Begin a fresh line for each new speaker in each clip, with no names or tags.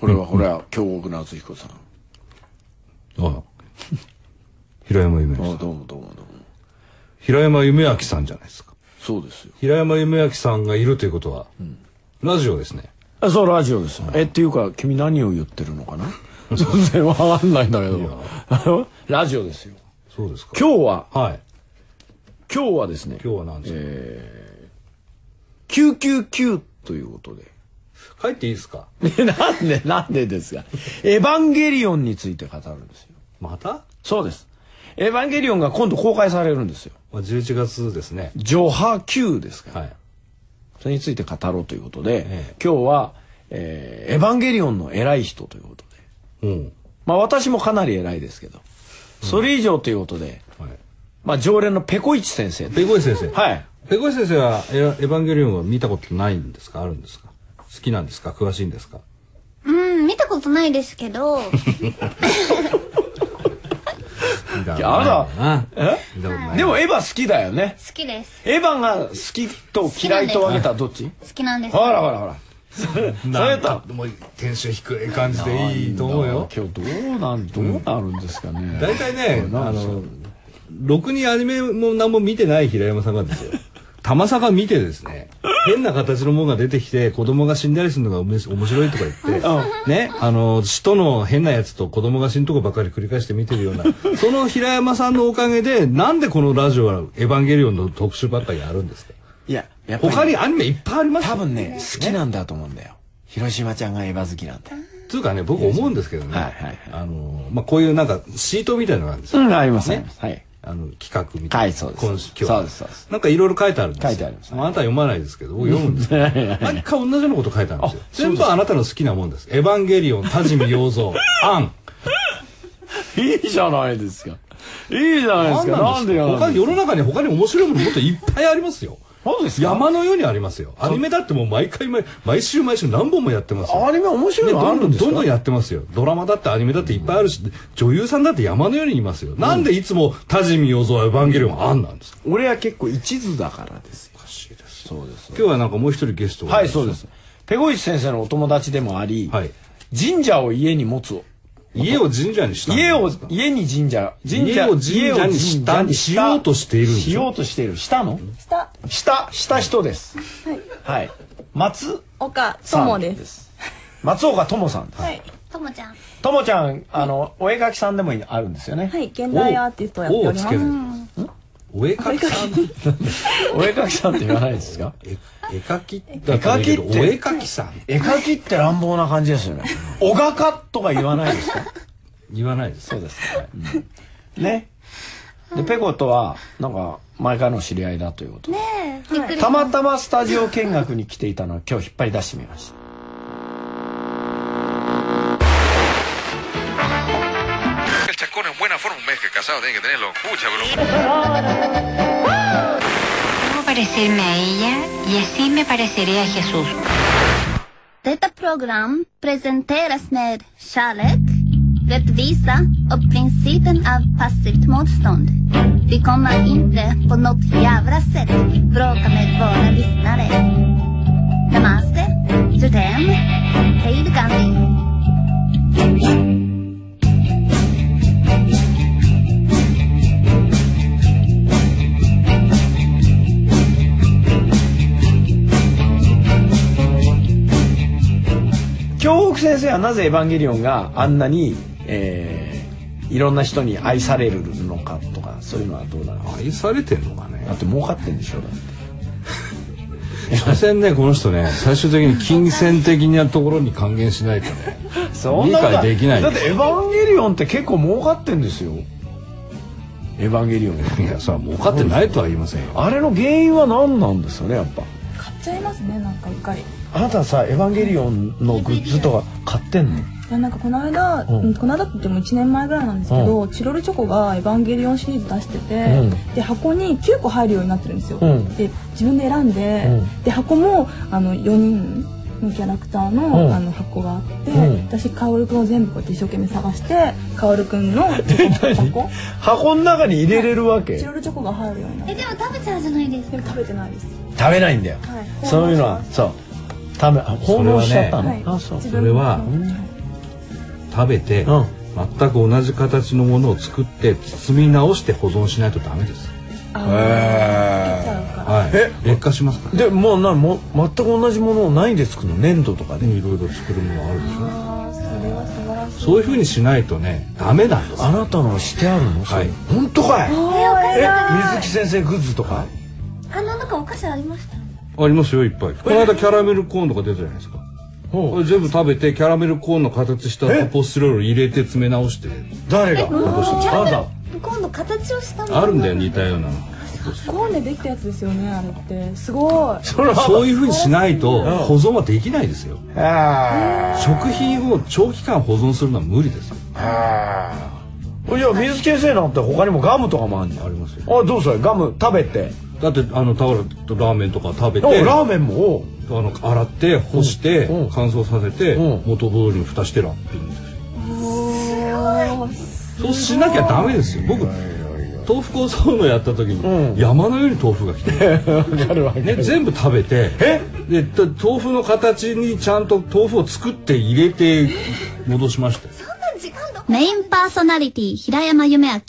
ほれはほら、京極夏彦さん。
ああ平山夢明
あ
さ
あ、
ん。
どうもどうもどうも。
平山夢明さんじゃないですか。
そうですよ。
平山夢明さんがいるということは、ラジオですね。
あそう、ラジオです。え、っていうか、君何を言ってるのかな全然わかんないんだけど。あの ラジオですよ。
そうですか。
今日は、
日はい。
今日はですね、
今日は何ですか、
999ということで。
帰っていいですか
でなんで、なんでですが、エヴァンゲリオンについて語るんですよ。
また、
そうです。エヴァンゲリオンが今度公開されるんですよ。
まあ、?11 月ですね。
ジョハ Q ですから。
はい。
それについて語ろうということで、
え
今日は、えーエヴァンゲリオンの偉い人ということで。
うん。
まあ私もかなり偉いですけど、それ以上ということで、
はい。
まあ常連のペコイチ先生。
ペコイ先生。
はい。
ペコイ先生はエヴァエヴァンゲリオンは見たことないんですかあるんですか好きなんですか詳しいんですか
うん、見たことないですけ ど、
いやあなえ
見たことないな。見たことない。
でもエヴァ好きだよね。
好きです。
エヴァが好きと嫌いと分けたらどっち
好きなんです。
ほらほらほら。それと。
もうテンション低い感じでいいと思うよ。
今日どうなんどうなるんですかね。
大体ね、
ん
あの、ろくにアニメも何も見てない平山さんがですよ。 たまさか見てですね、変な形のものが出てきて、子供が死んだりするのがうめ面白いとか言って、ね、あの、死との変なやつと子供が死ぬとこばかり繰り返して見てるような、その平山さんのおかげで、なんでこのラジオはエヴァンゲリオンの特集ばっかりやるんですか
いや、やっぱり
他にアニメいっぱいありますよ
多分ね、好きなんだと思うんだよ。広島ちゃんがエヴァ好きなんだよ。
つうかね、僕思うんですけどね、
はいはいはい
あの、まあ、こういうなんかシートみたいなのがあるんですよ。
ん、あります
ね
はい。
あの企画みたいな、
はいそうです
今週今日
そうですそうです
なんかいろいろ書いてあるんですよ
書いてあります
あなたは読まないですけど 僕読むんですけど毎回同じようなこと書いてあるんですよ全部あなたの好きなもんです「エヴァンゲリオン」「田尻洋 三」「アン」
いいじゃないですか。いいじゃないですか。な
なんん
で
で
やら
他
ない
に世の中に他に面白いものもっといっぱいありますよ
そうですか
山のようにありますよアニメだってもう毎回毎毎週毎週何本もやってますよ
アニメ面白いのあ
どん
る
ど
ん
ん
です
どん
か
どんやってますよドラマだってアニメだっていっぱいあるし女優さんだって山のようにいますよなんでいつも「田尻洋三」「エヴァンゲリオン」「アン」なんですか
俺は結構一途だからですよ。
おかしいです
そうです。
今日はなんかもう一人ゲストが
はい、そうです。ペゴイチ先生のお友達でもあり、
はい
神社を家に持つ。
家を神社にしたんじ
家
ゃない
を
ですか、
家に神社、神
家を神社にしたにしようとしているんでしょ
しようとしている。したの
下
した、した人です。はい。松
岡
さん
友です。
す。松岡友さんです。
はい、
ともちゃん。
ともちゃん、あの、お絵描きさんでもいあるんですよね。
はい、現代アーティストをやっております。
お絵描きさん
お絵描きさんって言わないです か
絵描きだったらいいけど
絵描
お
きって
絵描きさん
絵描きって乱暴な感じですよね。お画家とか言わないですか
言わないです
そうですね。で、ペコとは、なんか、前からの知り合いだということで。
ねえ、びっくり。
たまたまスタジオ見学に来ていたのを今日引っ張り出してみました。
El chacón en buena forma, un mes que casado tiene que tenerlo. Pucha, bro.
Debo parecerme a ella y así me pareceré a Jesús.
Detta program presenteras med kärlek, rättvisa och principen av passivt motstånd. Vi kommer inte på något jävla sätt bråka med våra lyssnare. Namaste, Jodem, hej då, Gandhi.
京北先生はなぜエヴァンゲリオンがあんなに、えーいろんな人に愛されるのかとか、そういうのはどうなのだ
愛されてんのかね
って儲かってんでしょだって
所詮ねこの人ね最終的に金銭的なところに還元しないとね
そんなことは
理解できない
だってエヴァンゲリオンって結構儲かってんですよエヴァンゲリオン
いやそれは儲かってないとは言いませんよ
あれの原因は何なんですよねやっぱ
買っちゃいますね、なんかうっかり。
あなたさエヴァンゲリオンのグッズとか買ってんの
いやなんかこの間、
ん
うんこの間って言っても1年前ぐらいなんですけど、チロルチョコが「エヴァンゲリオン」シリーズ出してて、
うん
で箱に9個入るようになってるんですよ、
うん
で自分で選んで、
うん
で箱もあの4人のキャラクターの,、
うん
あの箱があって、
うん
私カオルくんを全部こうやって一生懸命探してカオル くんのチョコ箱
箱の中に入れれるわけ
チ
食
ロルチョコが入るようになっ
え、
て
でも食べちゃうじゃないです
で
か。
も食べてないです
べないんだよ、
はい
そういうのはそう食べあ
そ
奉
れは
納
ね
しちゃったの、
はい
あそう
自
それは
分の
食べて、
うん
全く同じ形のものを作って包み直して保存しないとダメです。
へ
はい。
え
劣化しますから。
えでもうなも全く同じものを何で作るの粘土とかで、
いろいろ作るものあるでしょ。
あーそれは素晴らしい
そういう風にしないとね、ダメなんです。
あなたのしてあるのそれ、
はい
本当かい
えお母
え
さん
水木先生グッズとか、
あの中お菓子ありました
ありますよ、いっぱい。この間キャラメルコーンとか出たじゃないですか。こ
ほう
れ全部食べてキャラメルコーンの形した
え
アポスチロール入れて詰め直して
誰があなた
今度形をしたもの
あるんだよ似たようなの
コーンでできたやつですよねあれってすごい
それは
そういうふうにしないと
ん
保存はできないですよ
あ
食品を長期間保存するのは無理ですよ
ーあーいや水木先生なんて他にもガムとかもあるんじゃん
ありますよ
あどうするガム食べて
だってあのタオルとラーメンとか食べ
お
て
ラー
あ
メンもお
の洗って干して
うんうん
乾燥させて
うん
元通りに蓋してラッピングですよそうしなきゃダメですよ僕豆腐構想のやった時
うん
に山のように豆腐が来て
わかるわ
ね、全部食べて
え
でと豆腐の形にちゃんと豆腐を作って入れて戻しましたよ
メインパーソナリティ平山夢明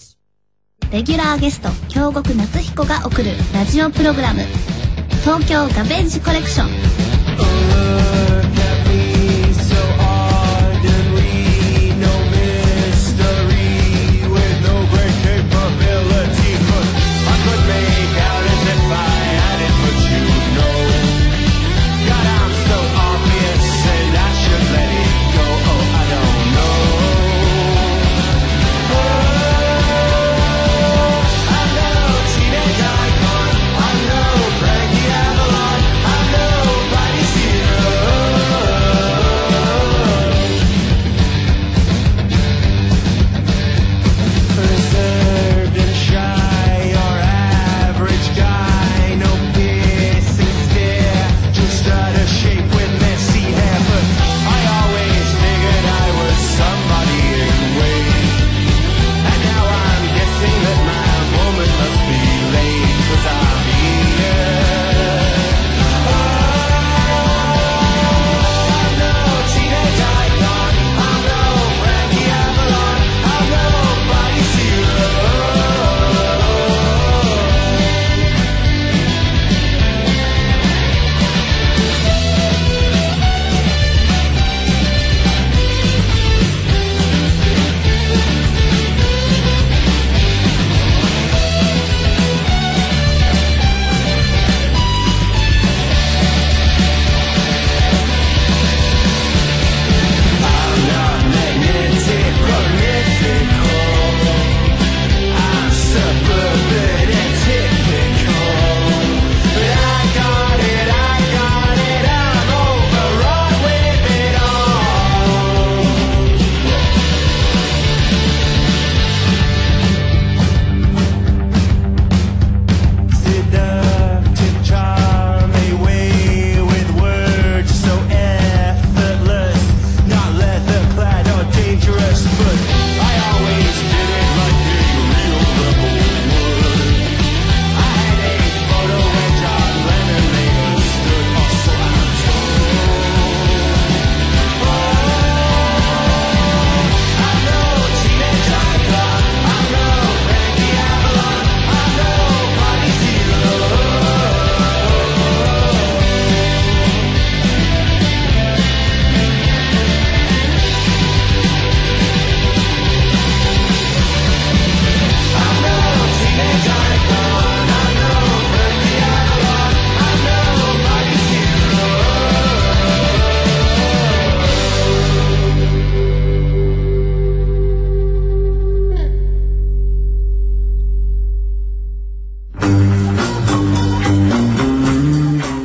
レギュラーゲスト京極夏彦が送るラジオプログラム「東京ガベージコレクション」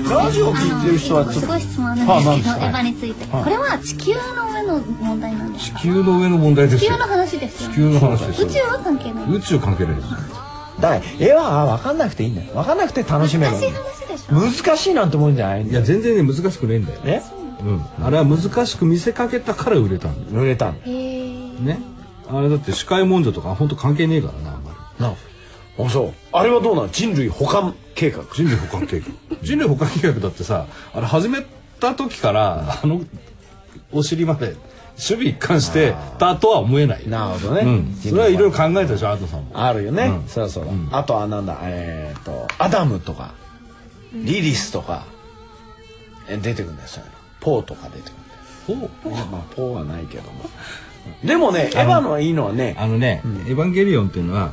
ラジオ
あ
聞いてる人は
の
ちょ
す
っと
ごい質問なんですけど、
はい
エヴァについて、これは地球の上の問題なんですか
地球の上の問題です
地
よ
球の話ですよ
地
ね
球の話です
宇
よ
宙は関係ない
宇宙関係ないです
だから絵は分かんなくていいんだよ分かんなくて楽しめる
難しい話でしょ
難しいなんてもんじゃないん
い
だよ
や全然ね難しくないんだよ、
ね
うん、あれは難しく見せかけたから売れたんだ
濡れたんだよ
よねあれだって司会文書とか本当関係ねえからなあんまり
なああそうあれはどうなの人類補完計画
人類保管計画 人類保管計画だってさあれ始めた時からあのお尻まで守備一貫してたとは思えないよ
なるほどね
うん、それはいろいろ考えたでしょアートさんも
あるよね、
うん
そろそろ、あとはなんだえっ、とアダムとかリリスとか、え出てくるんだよそういうのポーとか出てくるんだよまあポーはないけどもでもねエヴァのいいのはね
あのね、エヴァンゲリオン」っていうのは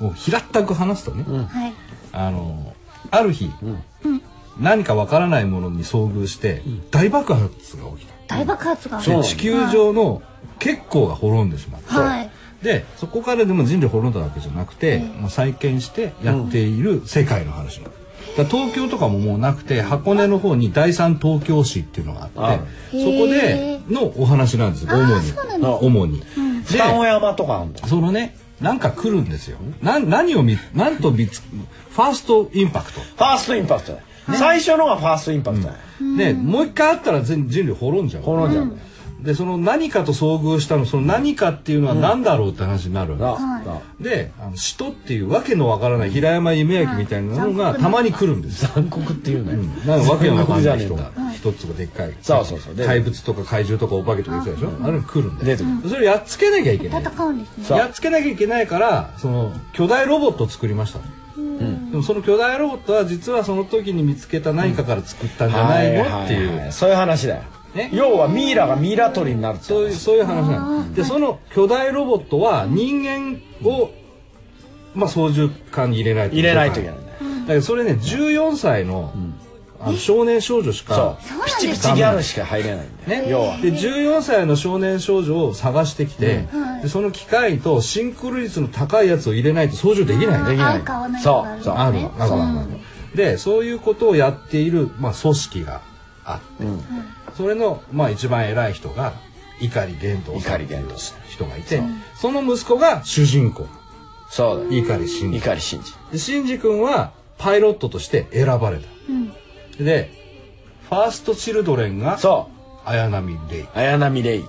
おお平ったく話すとね、
はい。
あのある日、何かわからないものに遭遇して、大爆発が起き
大爆発が。
た、
そう
で地球上の結構が滅んでしまって、
はい。
でそこからでも人類滅んだわけじゃなくて、もう再建してやっている世界の話なのだから東京とかももうなくて箱根の方に第三東京市っていうのがあって
ある
そこで
へ
のお話なんです主
ああ、
に
そうなんだ。
主に。で
双子山とかあるんだよ
そのねなんか来るんですよ。な何を見なんと見つファーストインパクト。
ファーストインパクトだよ、最初のがファーストインパクトだよ、
でもう一回あったら全人類滅んじゃう。
滅んじゃうんだよ、
でその何かと遭遇したのその何かっていうのは何だろうって話になるわけ
な
はい
な
で、あの使徒っていうわけのわからない平山夢明みたいなのが
はい
たまに来るんですよ。
残酷っていうね、
うん、なんかわけのわかんない人
残酷じゃ
が
ね
一つがでっかい
そうそうそうで
怪物とか怪獣とかお化けとか言ってたでしょあれが来るん
出
で
てく
それをやっつけなきゃいけない
戦うんですね。
そう
やっつけなきゃいけないからその巨大ロボットを作りました、でもその巨大ロボットは実はその時に見つけた何かから作ったんじゃないのっていう、
はははそういう話だよ、
ね
要はミイラがミイラ取りになるって
そういうそういう話なの。でその巨大ロボットは人間を、まあ、操縦桿に入れない
入れないといけない
だ
んだよ
けどそれね14歳の,、あの少年少女
そ
し
う
か
ピチピチギャルしか入れないんだよ、
ね、
要は
で14歳の少年少女を探してきて、でその機械とシンクロ率の高いやつを入れないと操縦できないね
でき
合
な
うか合わないいかがあ
そ
る
うそう
あるのあるのあるのでそういうことをやっている、まあ、組織があって、それの、まあ、一番偉い人が碇玄斗さんって
碇
い
玄
う
斗さ
人がいてその息子が主人公
そうだよ
碇慎二
碇シンジ
で慎二君はパイロットとして選ばれた、でファーストチルドレンが
そう
綾波レイ
綾波レイ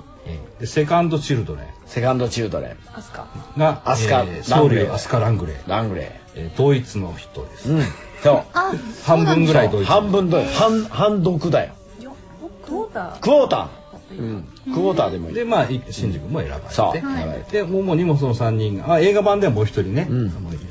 でセカンドチルドレン
セカンドチルドレン
あすか
が
アスカ
えー
ラ
僧
ングレー
侶アスカ・ラングレー、
ラングレ
えードイツの人です、
イうんそう
あ、
半分ぐらいドイツ
半分だよ半半毒だよ
どうだ
クォーターうんクォーターでもいい
でまあい新宿も選ばれて
そうはい
で主にもその3人が、まあ、映画版ではもう一人ね、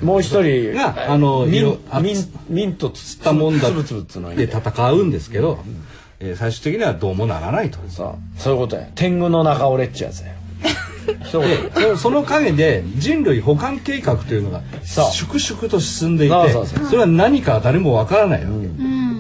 もう一人
があの
ミ
色
ン
あ
ミンミントつ
つったもんだ
つぶつぶつの
で
家
戦うんですけど、えー最終的にはどうもならないと
そうそういうことや天狗の中俺っちゅうやつやそういうこと
でそその陰で人類補完計画というのが
そう
粛々と進んでいて
そ
そう
そうそう
れは何か誰もわからないわ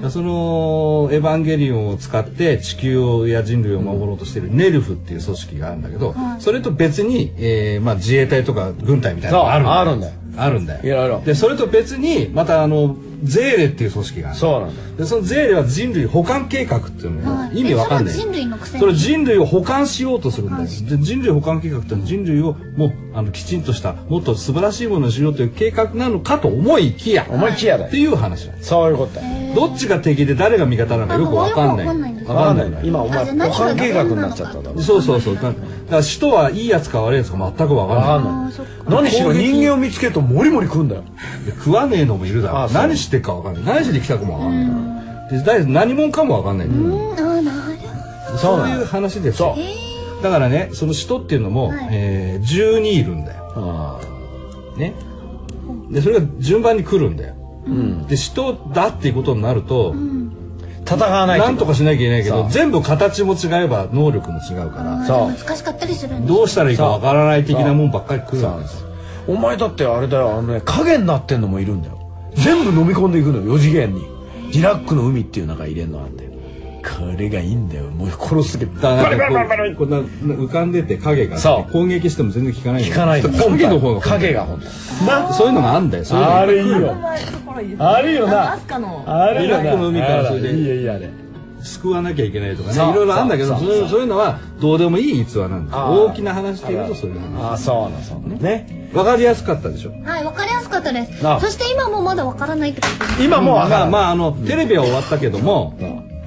け、その「エヴァンゲリオン」を使って地球をや人類を守ろうとしてるネルフっていう組織があるんだけど、それと別に、えーまあ、自衛隊とか軍隊みたいなのがあるんだ
そ
よ
うあるんだよ
あるんだよ
いろいろ
でそれと別にまたあのゼーレっていう組織がある
そうなんだよ
でそのゼーレは人類補完計画っていうのが
はい
意味わかんない
えそれは人類のくせに
それ人類を補完しようとするんだよで人類補完計画ってのは人類をもうあのきちんとしたもっと素晴らしいものにしようという計画なのかと思いきや
思いきやだ
って
よ
いう話なんです
そういうことや
どっちが敵で誰が味方なのかよくわかんない
あもうよくわかんないんです
わかんない
わ
な
か
今お前
あじゃあ何
ご
が
飯計画になっちゃっただろ
そうそうそうだからだから使徒はいいやつか悪いやつか全くわかんない
わかんない何しろ人間を見つけるとモリモリ食うんだよ
で食わねえのもいるだろ
あ
う
そう
何してっかわかんない何しに来たかもわかんないで誰何者かもわかんない
うん、あ、なる
そ
ほ
う
そう
なの
いう話です
そ
よ
う
だからねその使徒っていうのも、
はい
えー12いるんだよ
あー
ねでそれが順番に来るんだよ、で使徒だっていうことになると、
戦わない
なんとかしなきゃいけないけ
そ
ど
う
全部形も違えば能力も違うから
そう
ど。難しかったりするんです
どうしたらいいかわからない的なもんばっかり来るんですよ
お前だってあれだよあのね影になってんのもいるんだよ全部飲み込んでいくのよ4次元にリラックの海っていう中入れんのあんだよこれがいいんだよもう殺すけど
だ
バリ
か
バ
ら
リバ
なん
リバリ
かこうこんな浮かんでて影が
そう
攻撃しても全然効かない
効かないの
影の方が
影が本
なそういうのがあんだよそういうのが
あれいい
名
よ
前のところいいですね
あれいいよな
あすかの
あれいいよ
リラックの海からそれで
いいよいいよあれ
救わなきゃいけないとかねい
そう
ろいろあるんだけど
そ
そうういうそういうのはどうでもいい逸話なんです
あー
大きな話で言うとそういう話
ああそうなそうなね
わかりやすかったでしょ
はい、わかりやすかったです。
なあ
そして今もまだわからないってことです。
今もう
まあ
ま
ま
あ
ああのテレビは終わったけども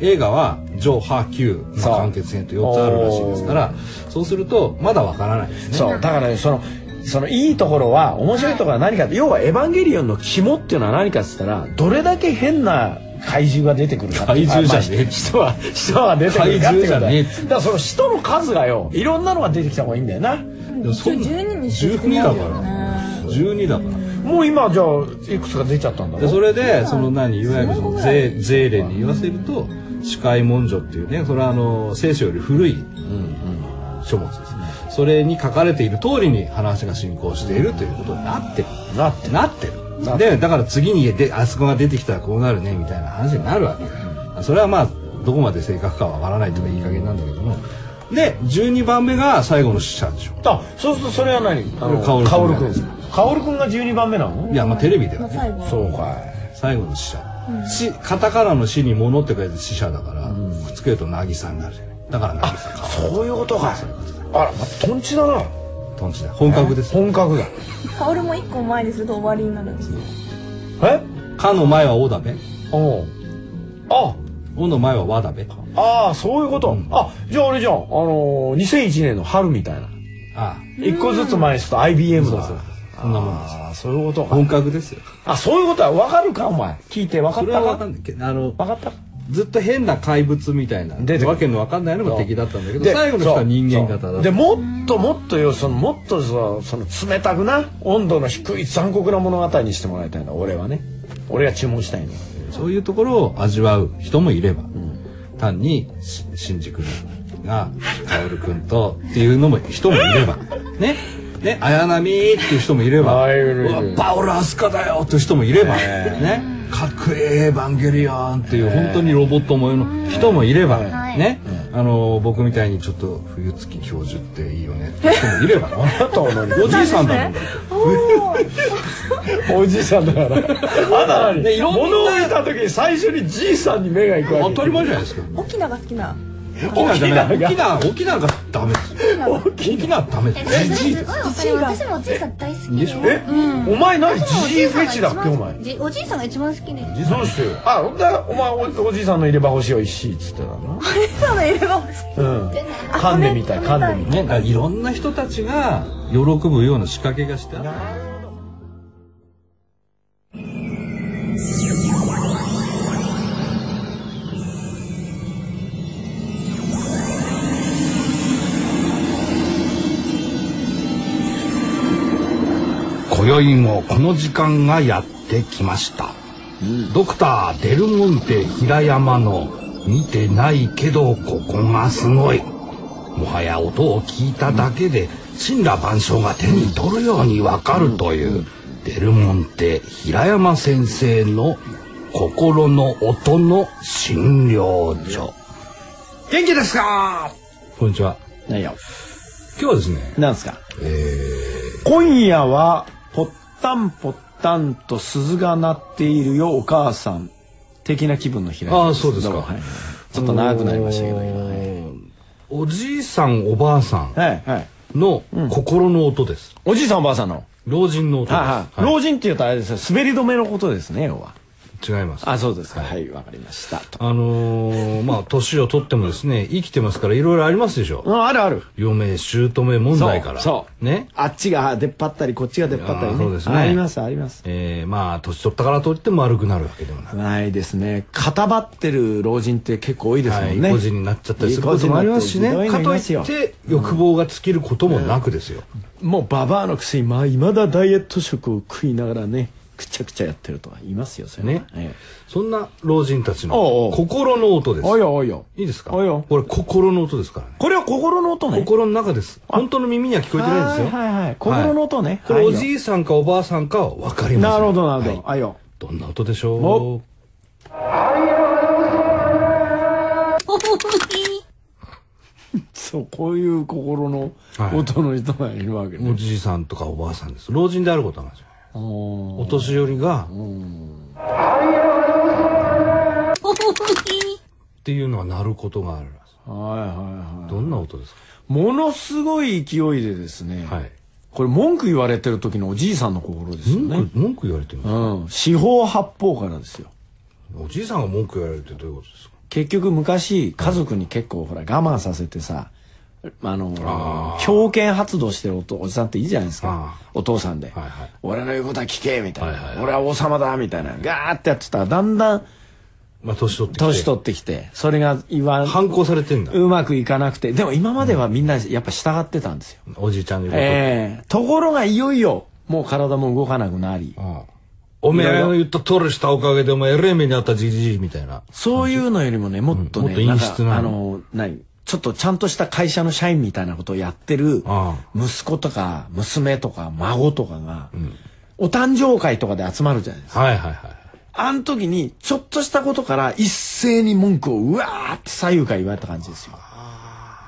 映画は上波級の完結編と4つあるらしいですからそうするとまだわからないですね
そうだからねそのそのいいところは面白いところは何かって要は「エヴァンゲリオン」の肝っていうのは何かっつったらどれだけ変な怪獣が出てくるかっていう
怪獣じゃねえ
まあ人は人は出てくるかっていうこと
怪獣じゃ
だ
ねえ
よ
っ
だ
つって
からその人の数がよいろんなのが出てきた方がいいんだよな
もそんな
12にして
12だから12だから
もう今じゃあいくつか出ちゃったんだ
で
ろ
それでその何いわゆるその税税令に言わせると司会文書っていうねそれはあの聖書より古い書物ですねそれに書かれている通りに話が進行しているということになってる
なって
なって
なっ
る
て
でだから次にであそこが出てきたらこうなるねみたいな話になるわけそれはまあどこまで正確かはわからないとかいい加減なんだけどもで12番目が最後の死者でしょ
あそうするとそれは何あの
薫君
薫君薫君が12番目なの
いやまあテレビではね
最後
そうか
最後の死者、死カタカナの死に物って書いて死者だから、くっつけると渚になるじゃないだから渚か
いそういうことかあらまあとんちだな
トンチだ本格です
本格だ
薫も一個前にすると終わりになるんですよ
え
「か」の前は「お」だべ
おうあ
「お」の前は「わ」だべ
ああそういうこと、あじゃああれじゃんあのー、2001年の春みたいな
あ
一個ずつ前にすると IBM だ
そうそう
あ
そんなもんです
あそういうこと
あ
か
本格ですよ
あそういうことは分かるかお前聞いて分か
そ
っ
れは
た
分
か
かんないけどあの
分かったか
ずっと変な怪物みたいな
出てくる
わけの分かんないのが敵だったんだけど
で
最後の人は人間型
そう
だ
そうでもっともっとよそのもっとそのその冷たくな温度の低い残酷な物語にしてもらいたいの俺はね俺が注文したい の
そういうところを味わう人もいれば、単にし新宿が薫君とっていうのも人もいればねね綾波っていう人もいれば
あいるいる
うわパオラ・アスカだよっていう人もいれば、
え
ねかっこええエヴァンゲリオンっていう本当にロボット模様の人もいれば、
はい
ね、あの僕みたいにちょっと冬月教授っていいよねっていう人もいれ ば
あとは何
おじいさんだもんだって
おじいさんだからあなたに
ねいろんな
物を見た時に最初にじいさんに目がいくわ
当
け
たり前じゃないですか
沖縄が好きな
沖縄じゃない
沖
沖縄沖縄がダメです沖縄ダメで
え
す
それ
ジジイ
すごいわかる私もおじいさん大好き
でしょ
え、お前何ジジイフェチだっけお前
じおじいさんが一番好きで
どうしてよあほんでお前おおじいさんの入れ歯欲しいおいしいっつってたの
そうの入れ歯欲しい
うん噛んでみたい噛んでみたい
ねだからいろんな人たちが喜ぶような仕掛けがしてある今宵もこの時間がやってきました、ドクターデルモンテ平山の見てないけどここがすごいもはや音を聞いただけで神羅万象が手に取るようにわかるというデルモンテ平山先生の心の音の診療所元気ですかこんにちは
何や
今日はですね
なんですか、今夜はぽったんぽったんと鈴が鳴っているよお母さん的な気分の平井
ああそうですか
どもはいちょっと長くなりましたけど今はい
おじいさんおばあさ
はい、はい、
んの心の音です
おじいさんおばあさんの、はい
老人の音です、
はい
はい
老人っていうとあれですよ滑り止めのことですね要は
違います
あそうですかはいわ、かりましたと
あのーまあ年を取ってもですね生きてますからいろいろありますでしょ
うんあるある
余命姑問題から
そう
ね
あっちが出っ張ったりこっちが出っ張ったり
あ
ね
ーそうですね
ありますあります
えー、まあ年取ったからといっても悪くなるわけでもない、
ないですね固まってる老人って結構多いですも
はい
んね、
意固地になっちゃったりすることもありますしね
意固地になっ
か
て
とい
ひどいのい
っ
ますよ
て欲望が尽きることもなくですよ、
もうババアのくせにまあいまだダイエット食を食いながらねくちゃくちゃやってるとは言いますよそれは
ね
え
そんな老人たち
おうおう
の心の音で
え
す
およおよ
いいですか
およ
これ心の音ですからね
これは心の音ね
心の中です本当の耳には聞こえてないですよ
はいはいはい心の音ね
これ
はい
お
よ
じいさんかおばあさんかは分かりません
なるほどなるほど、あ
はい
よ
どんな音でしょ
お
う
そうこういう心の
はい
音の人がいるわけね、
おじいさんとかおばあさんです老人であることなんですよ
お
お年寄りがっていうのは鳴ることがあるんです
ーはいはいはい
どんな音ですか
ものすごい勢いでですね、
はい
これ文句言われてる時のおじいさんの心ですよ
文
ね
句文句言われてるんで
うん四方八方からですよ
すかおじいさんが文句言われるってどういうことですか
結局昔家族に結構ほら我慢させてさあの強権発動してるおとおじさんっていいじゃないですか
あ
お父さんで、
はいはい
俺の言うことは聞け」みたいな、
はいはいはい
俺は王様だ」みたいなガーってやってたらだんだん
まあ年取ってきて
年取ってきてそれが言わん
反抗されてんだ、
うまくいかなくてでも今まではみんなやっぱ従ってたんですよ、
おじいちゃんの言うこと、
ええところがいよいよもう体も動かなくなり
うんおめえの言った通りしたおかげでお前えれえ目にあったじじいみたいな
そういうのよりもねもっとね、
もっと陰湿なん
かあの何ちょっとちゃんとした会社の社員みたいなことをやってる
あ
息子とか娘とか孫とかが、お誕生会とかで集まるじゃないですか
はいはいはい
あの時にちょっとしたことから一斉に文句をうわーって左右から言われた感じですよ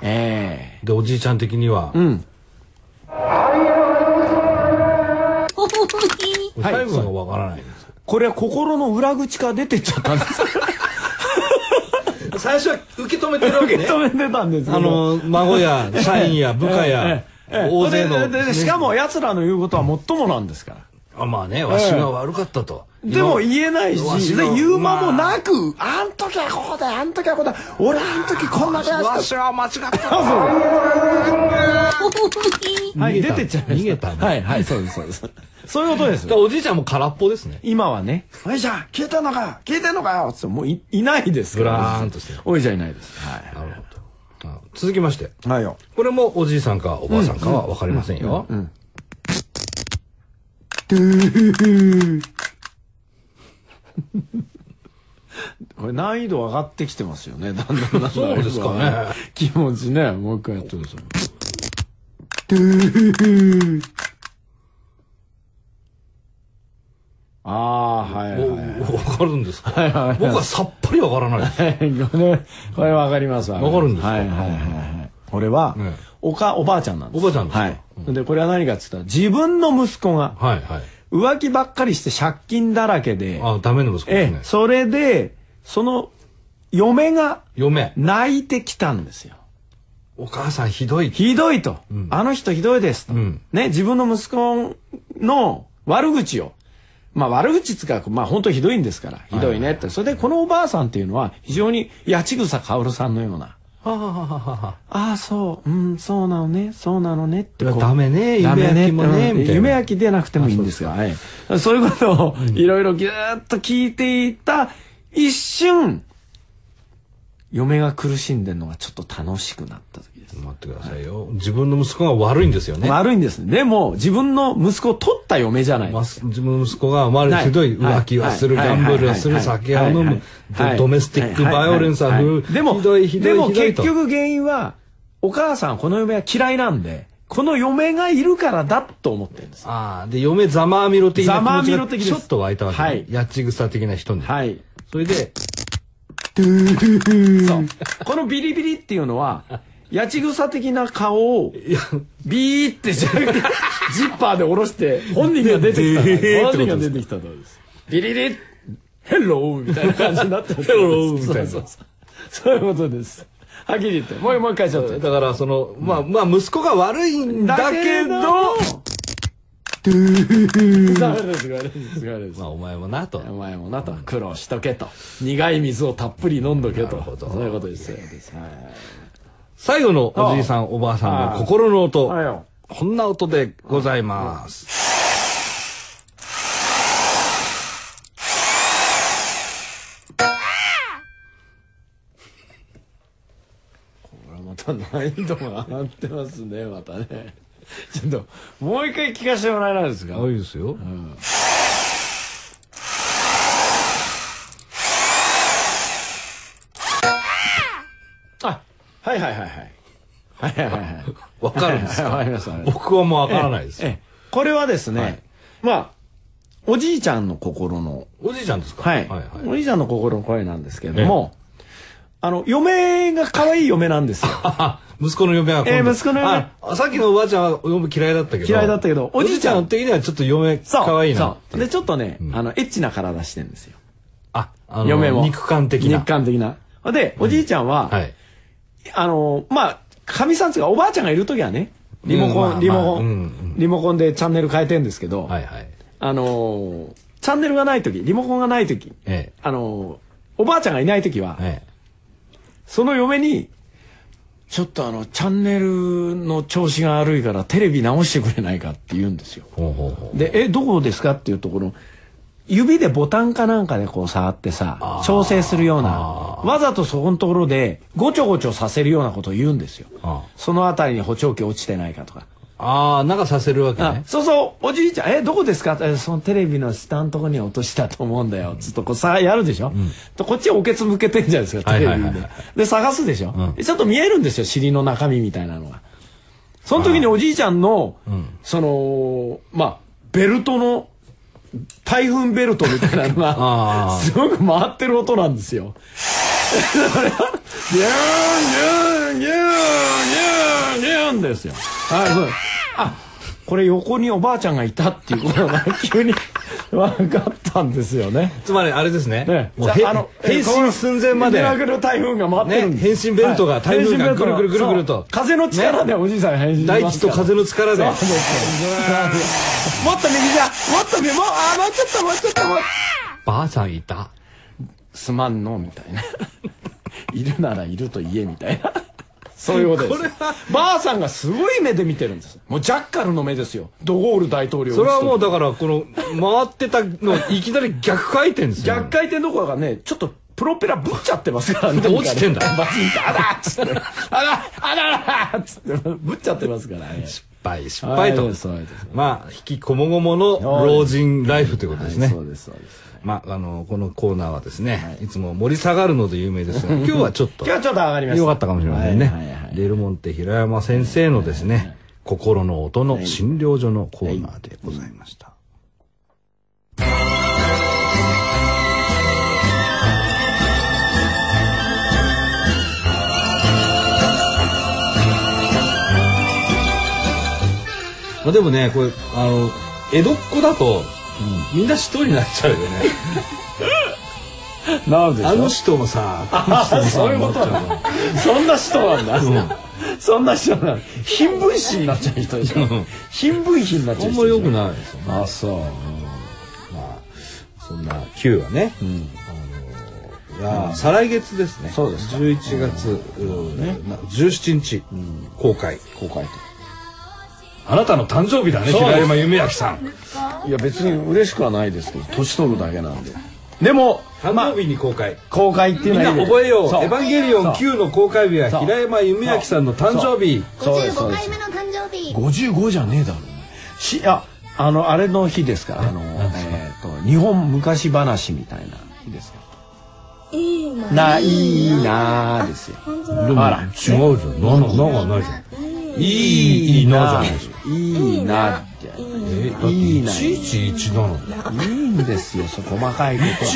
ええ
でおじいちゃん的には、
うんはい
最後がわからないんですよ、
これは心の裏口から出てっちゃったん です
最初は受け止めてるわけね
止めてたんですけど
あの孫や社員や部下や大勢
で
の
ででしかも奴らの言うことはもっともなんですから
あまあねわしが悪かったと、
でも言えない
わし
し
の
で言う間もなく、あ、ん時はこうだあん時はこうだ俺あん時こんな感じ
は間違った
は
逃
い
げ
出
た
てっちゃいました
逃げたね
はいはいそうですそうです そういうことです
おじいちゃんも空っぽですね
今はね「おいちゃん消えたのか消えてんのかよ」つってもういいないですから
ブラーンとして
おいちゃんいないですは
なるほどあ続きまして
いはいよ
これもおじいさんかおばあさんかは分かりませんよ、
これ難易度上がってきてますよねだんだんだんだん
そうですかね
気持ちねもう一回やって くださいああはいはい
お分かるんですか、僕はさっぱり分からないです
これこれわかりますわ
わかるんですか
はいはいはいはいこれは、
ええ
おかおばあちゃんなんです
おばあちゃんですか
はい、でこれは何かっつったら自分の息子が
はいはい
浮気ばっかりして借金だらけで
あダメの息子です
え
ね
え、それでその嫁が
嫁
泣いてきたんですよ
お母さんひどい
ひどいと、あの人ひどいですと、
ん
ね自分の息子の悪口をまあ悪口つうかまあ本当ひどいんですからひどいねって、それでこのおばあさんっていうのは非常に八千草薫さんのような
ははははは
ああそううんそうなのねそうなのねってこう
ダメね
ダメ
夢
ね
焼きもね
うん
みたいな
夢焼きでなくてもいいんですがはい、そういうことをいろいろぎゅーっと聞いていた一瞬嫁が苦しんでるのがちょっと楽しくなった時です、
待ってくださいよ自分の息子が悪いんですよね、
悪いんですでも自分の息子を取った嫁じゃない
まあ、自分の息子がまるひどい
はい
浮気はする、
はい
ギャンブルはする、
はい
酒を飲
は
む
い、はい
ドメスティック
はい
バイオレンスは
はい
振る、
でも
ひどいひど
で
い
も
ひどい
結
と
局原因はお母さんこの嫁は嫌いなんでこの嫁がいるからだと思ってるんです
ああで嫁ざまあみろ的な
ざまあみ
気持
ろ
ちが
的です
ちょっと湧いたわけ、
はい
やっちぐさ的な人に、
はい
それで
そうこのビリビリっていうのは 八千草的な顔をビーってジッパーで下ろして本人が出てき た
で
本人が出てきたとですビリリヘローみたいな感じになって る
ヘローみたいな
そうそうそうそういうことですはっきり言ってもうもう一回ちょっと
だからそのまあまあ息子が悪いんだ
だ
け
け
ど
どダメですダメですダメです
まあお前もなと
お前もなと苦労しとけと苦い水をたっぷり飲んどけと
ほど
そういうことですよはい
最後のおじいさんおばあさんの心の音
はいよ
こんな音でございます
これまた難易度が上がってますねまたねちょっともう一回聞かせてもらえないですか
あいいですよ、
あはいはいはいはいはいはいはいはい
わかるんで す
わか
か
りましたわかりました
僕はもうわからないです、
ええこれはですね、まあおじいちゃんの心の
おじいちゃんですか
はい、
はい
おじいちゃんの心の声なんですけれども、あの嫁が可愛い嫁なんですよ
あ 息子の嫁は今度
ええ息子の嫁
ああさっきのおばあちゃんは嫁嫌いだったけど
嫌いだったけど
お
お
じ
じ
い
い
ち
ち
ゃ
ゃん
ん的にはちょっと嫁
そう
可愛いな
そうでちょっとね、あのエッチな体してるんですよ
ああの
嫁も
肉感的な
肉感的なでおじいちゃんは、
はい
あのまあかみさんつうかおばあちゃんがいる時はねリモコン、
うんまあ
リモコン、
まあうん
リモコンでチャンネル変えてんですけど、
はいはい
あのーチャンネルがない時リモコンがない時、
ええ
あのーおばあちゃんがいない時は、
え
その嫁に「ちょっとあのチャンネルの調子が悪いからテレビ直してくれないか」って言うんですよ。
えほうほうほう
で「えどこですか?」っていうところ指でボタンかなんかでこう触ってさ、調整するような、わざとそこのところでごちょごちょさせるようなことを言うんですよ
あ。
そのあたりに補聴器落ちてないかとか。
ああ、なんかさせるわけ
あ
ね。
そうそう、おじいちゃん、え、どこですかえそのテレビの下のとこに落としたと思うんだよ。つっとこうさ、やるでしょ、とこっちはおけつ向けてんじゃないですか、
は
テ
い
レ
はい
ビ
はい
で。で、探すでしょ、
うん
でちょっと見えるんですよ、尻の中身みたいなのが。その時におじいちゃんの、その、まあ、ベルトの、台風ベルトみたいなのが
あ、ー
すごく回ってる音なんですよ。 ギューンギューンギューンギューンギューンですよ。はい、そうです。あ、これ横におばあちゃんがいたっていうことが急に 分かったんですよね。
つまり、あれですね。
ね
もうへ、変
えこの
身寸前まで
ミ。ラクル台風が回ってるんです、
ね変身ベルトが
はい
台
変身
風が
ベルト
くるくるくるくると
そう風の力でおじいさんが変身しますから
大地と風の力で。
そうですよもっと右じゃもっと右もうあーもうちょっともうちょっともう
ばあちゃんいた。
すまんのみたいないるならいると言えみたいなそういうことです
これは
ばあさんがすごい目で見てるんですもうジャッカルの目ですよドゴール大統領
それはもうだ
ら
から、この、回ってたの、いきなり逆回転ですよ。
逆回転どころかねちょっとプロペラぶっちゃってますからね
で落ちてんだ
バチンってあらーっつってあらあらあらーっつってぶっちゃってますからね
失敗、失敗と
はい。そうです
まあ、引きこもごもの老人ライフということですね。
そうですそうです
まあ、あの、このコーナーはですね、いつも盛り下がるので有名 ですが、今日はちょっと。
今日はちょっと上がりました
よかったかもしれませんね。
はいはいはい
デルモンテ平山先生のですね、心の音の診療所のコーナーでございました。まあでもね、これ、あの、江戸っ子だと、みんな一人になっちゃうよね。
なるでしょ
あの人も さ、あの人もさ、
そういうこと
なっちゃうの
そんな人なんだ、そんな人なんだ貧分子になっちゃう人でしょ貧分比になっちゃ
あ
うん人
まり良く
い
ないですよね。
あそう、
そんな Q はね、あのいやー再来月ですね。
そうですか
11月、ね、な17日、公開。
公開
あなたの誕生日だね、
そうです
平山夢明さん。
といや別に嬉しくはないですけど年取るだけなんででも
誕生日に公開。
公開っていう
みん
のは
な
いで
い
す
覚えよう。
そう
エヴァンゲリオン Q の公開日は
そう
平山夢明さんの誕生日。
そうですそう
55
で
回
す
目の誕生日
55じゃねえだろしああのあれの日ですからあの、えっと日本昔話みたいな日ですか
いいな。
ないなーですよ
本当
で
だ。
も
あら
違うじゃん。なんなんかないじゃん。
い
い
い
い
な
な
じゃ
じゃ
な
ないい
で
ですす
か。いいなじゃ
え
いいな
1117だよ。
いいんですよ、そこ細かいことは。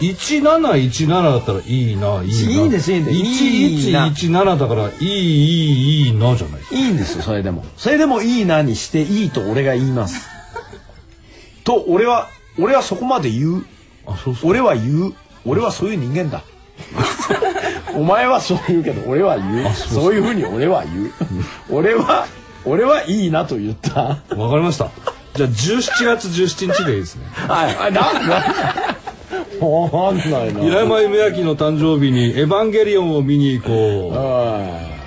1717だったらいいな、いいな。
いいですいいですいいな
1117だから、いい、いい、いいなじゃないですか。
いいんですよ、それでも。それでもいいなにしていいと俺が言います。と、俺は、俺はそこまで言う。
あ、そうそう。
俺は言う。俺はそういう人間だ。お前はそう言うけど、俺は言う。そういうふうに俺は言う。俺は、俺はいいなと言った。
わかりました。じゃあ、17月17日でいいですね。
はい。あ、なんだ。 わかんないな。
平山夢明の誕生日にエヴァンゲリオンを見に行こう。
はい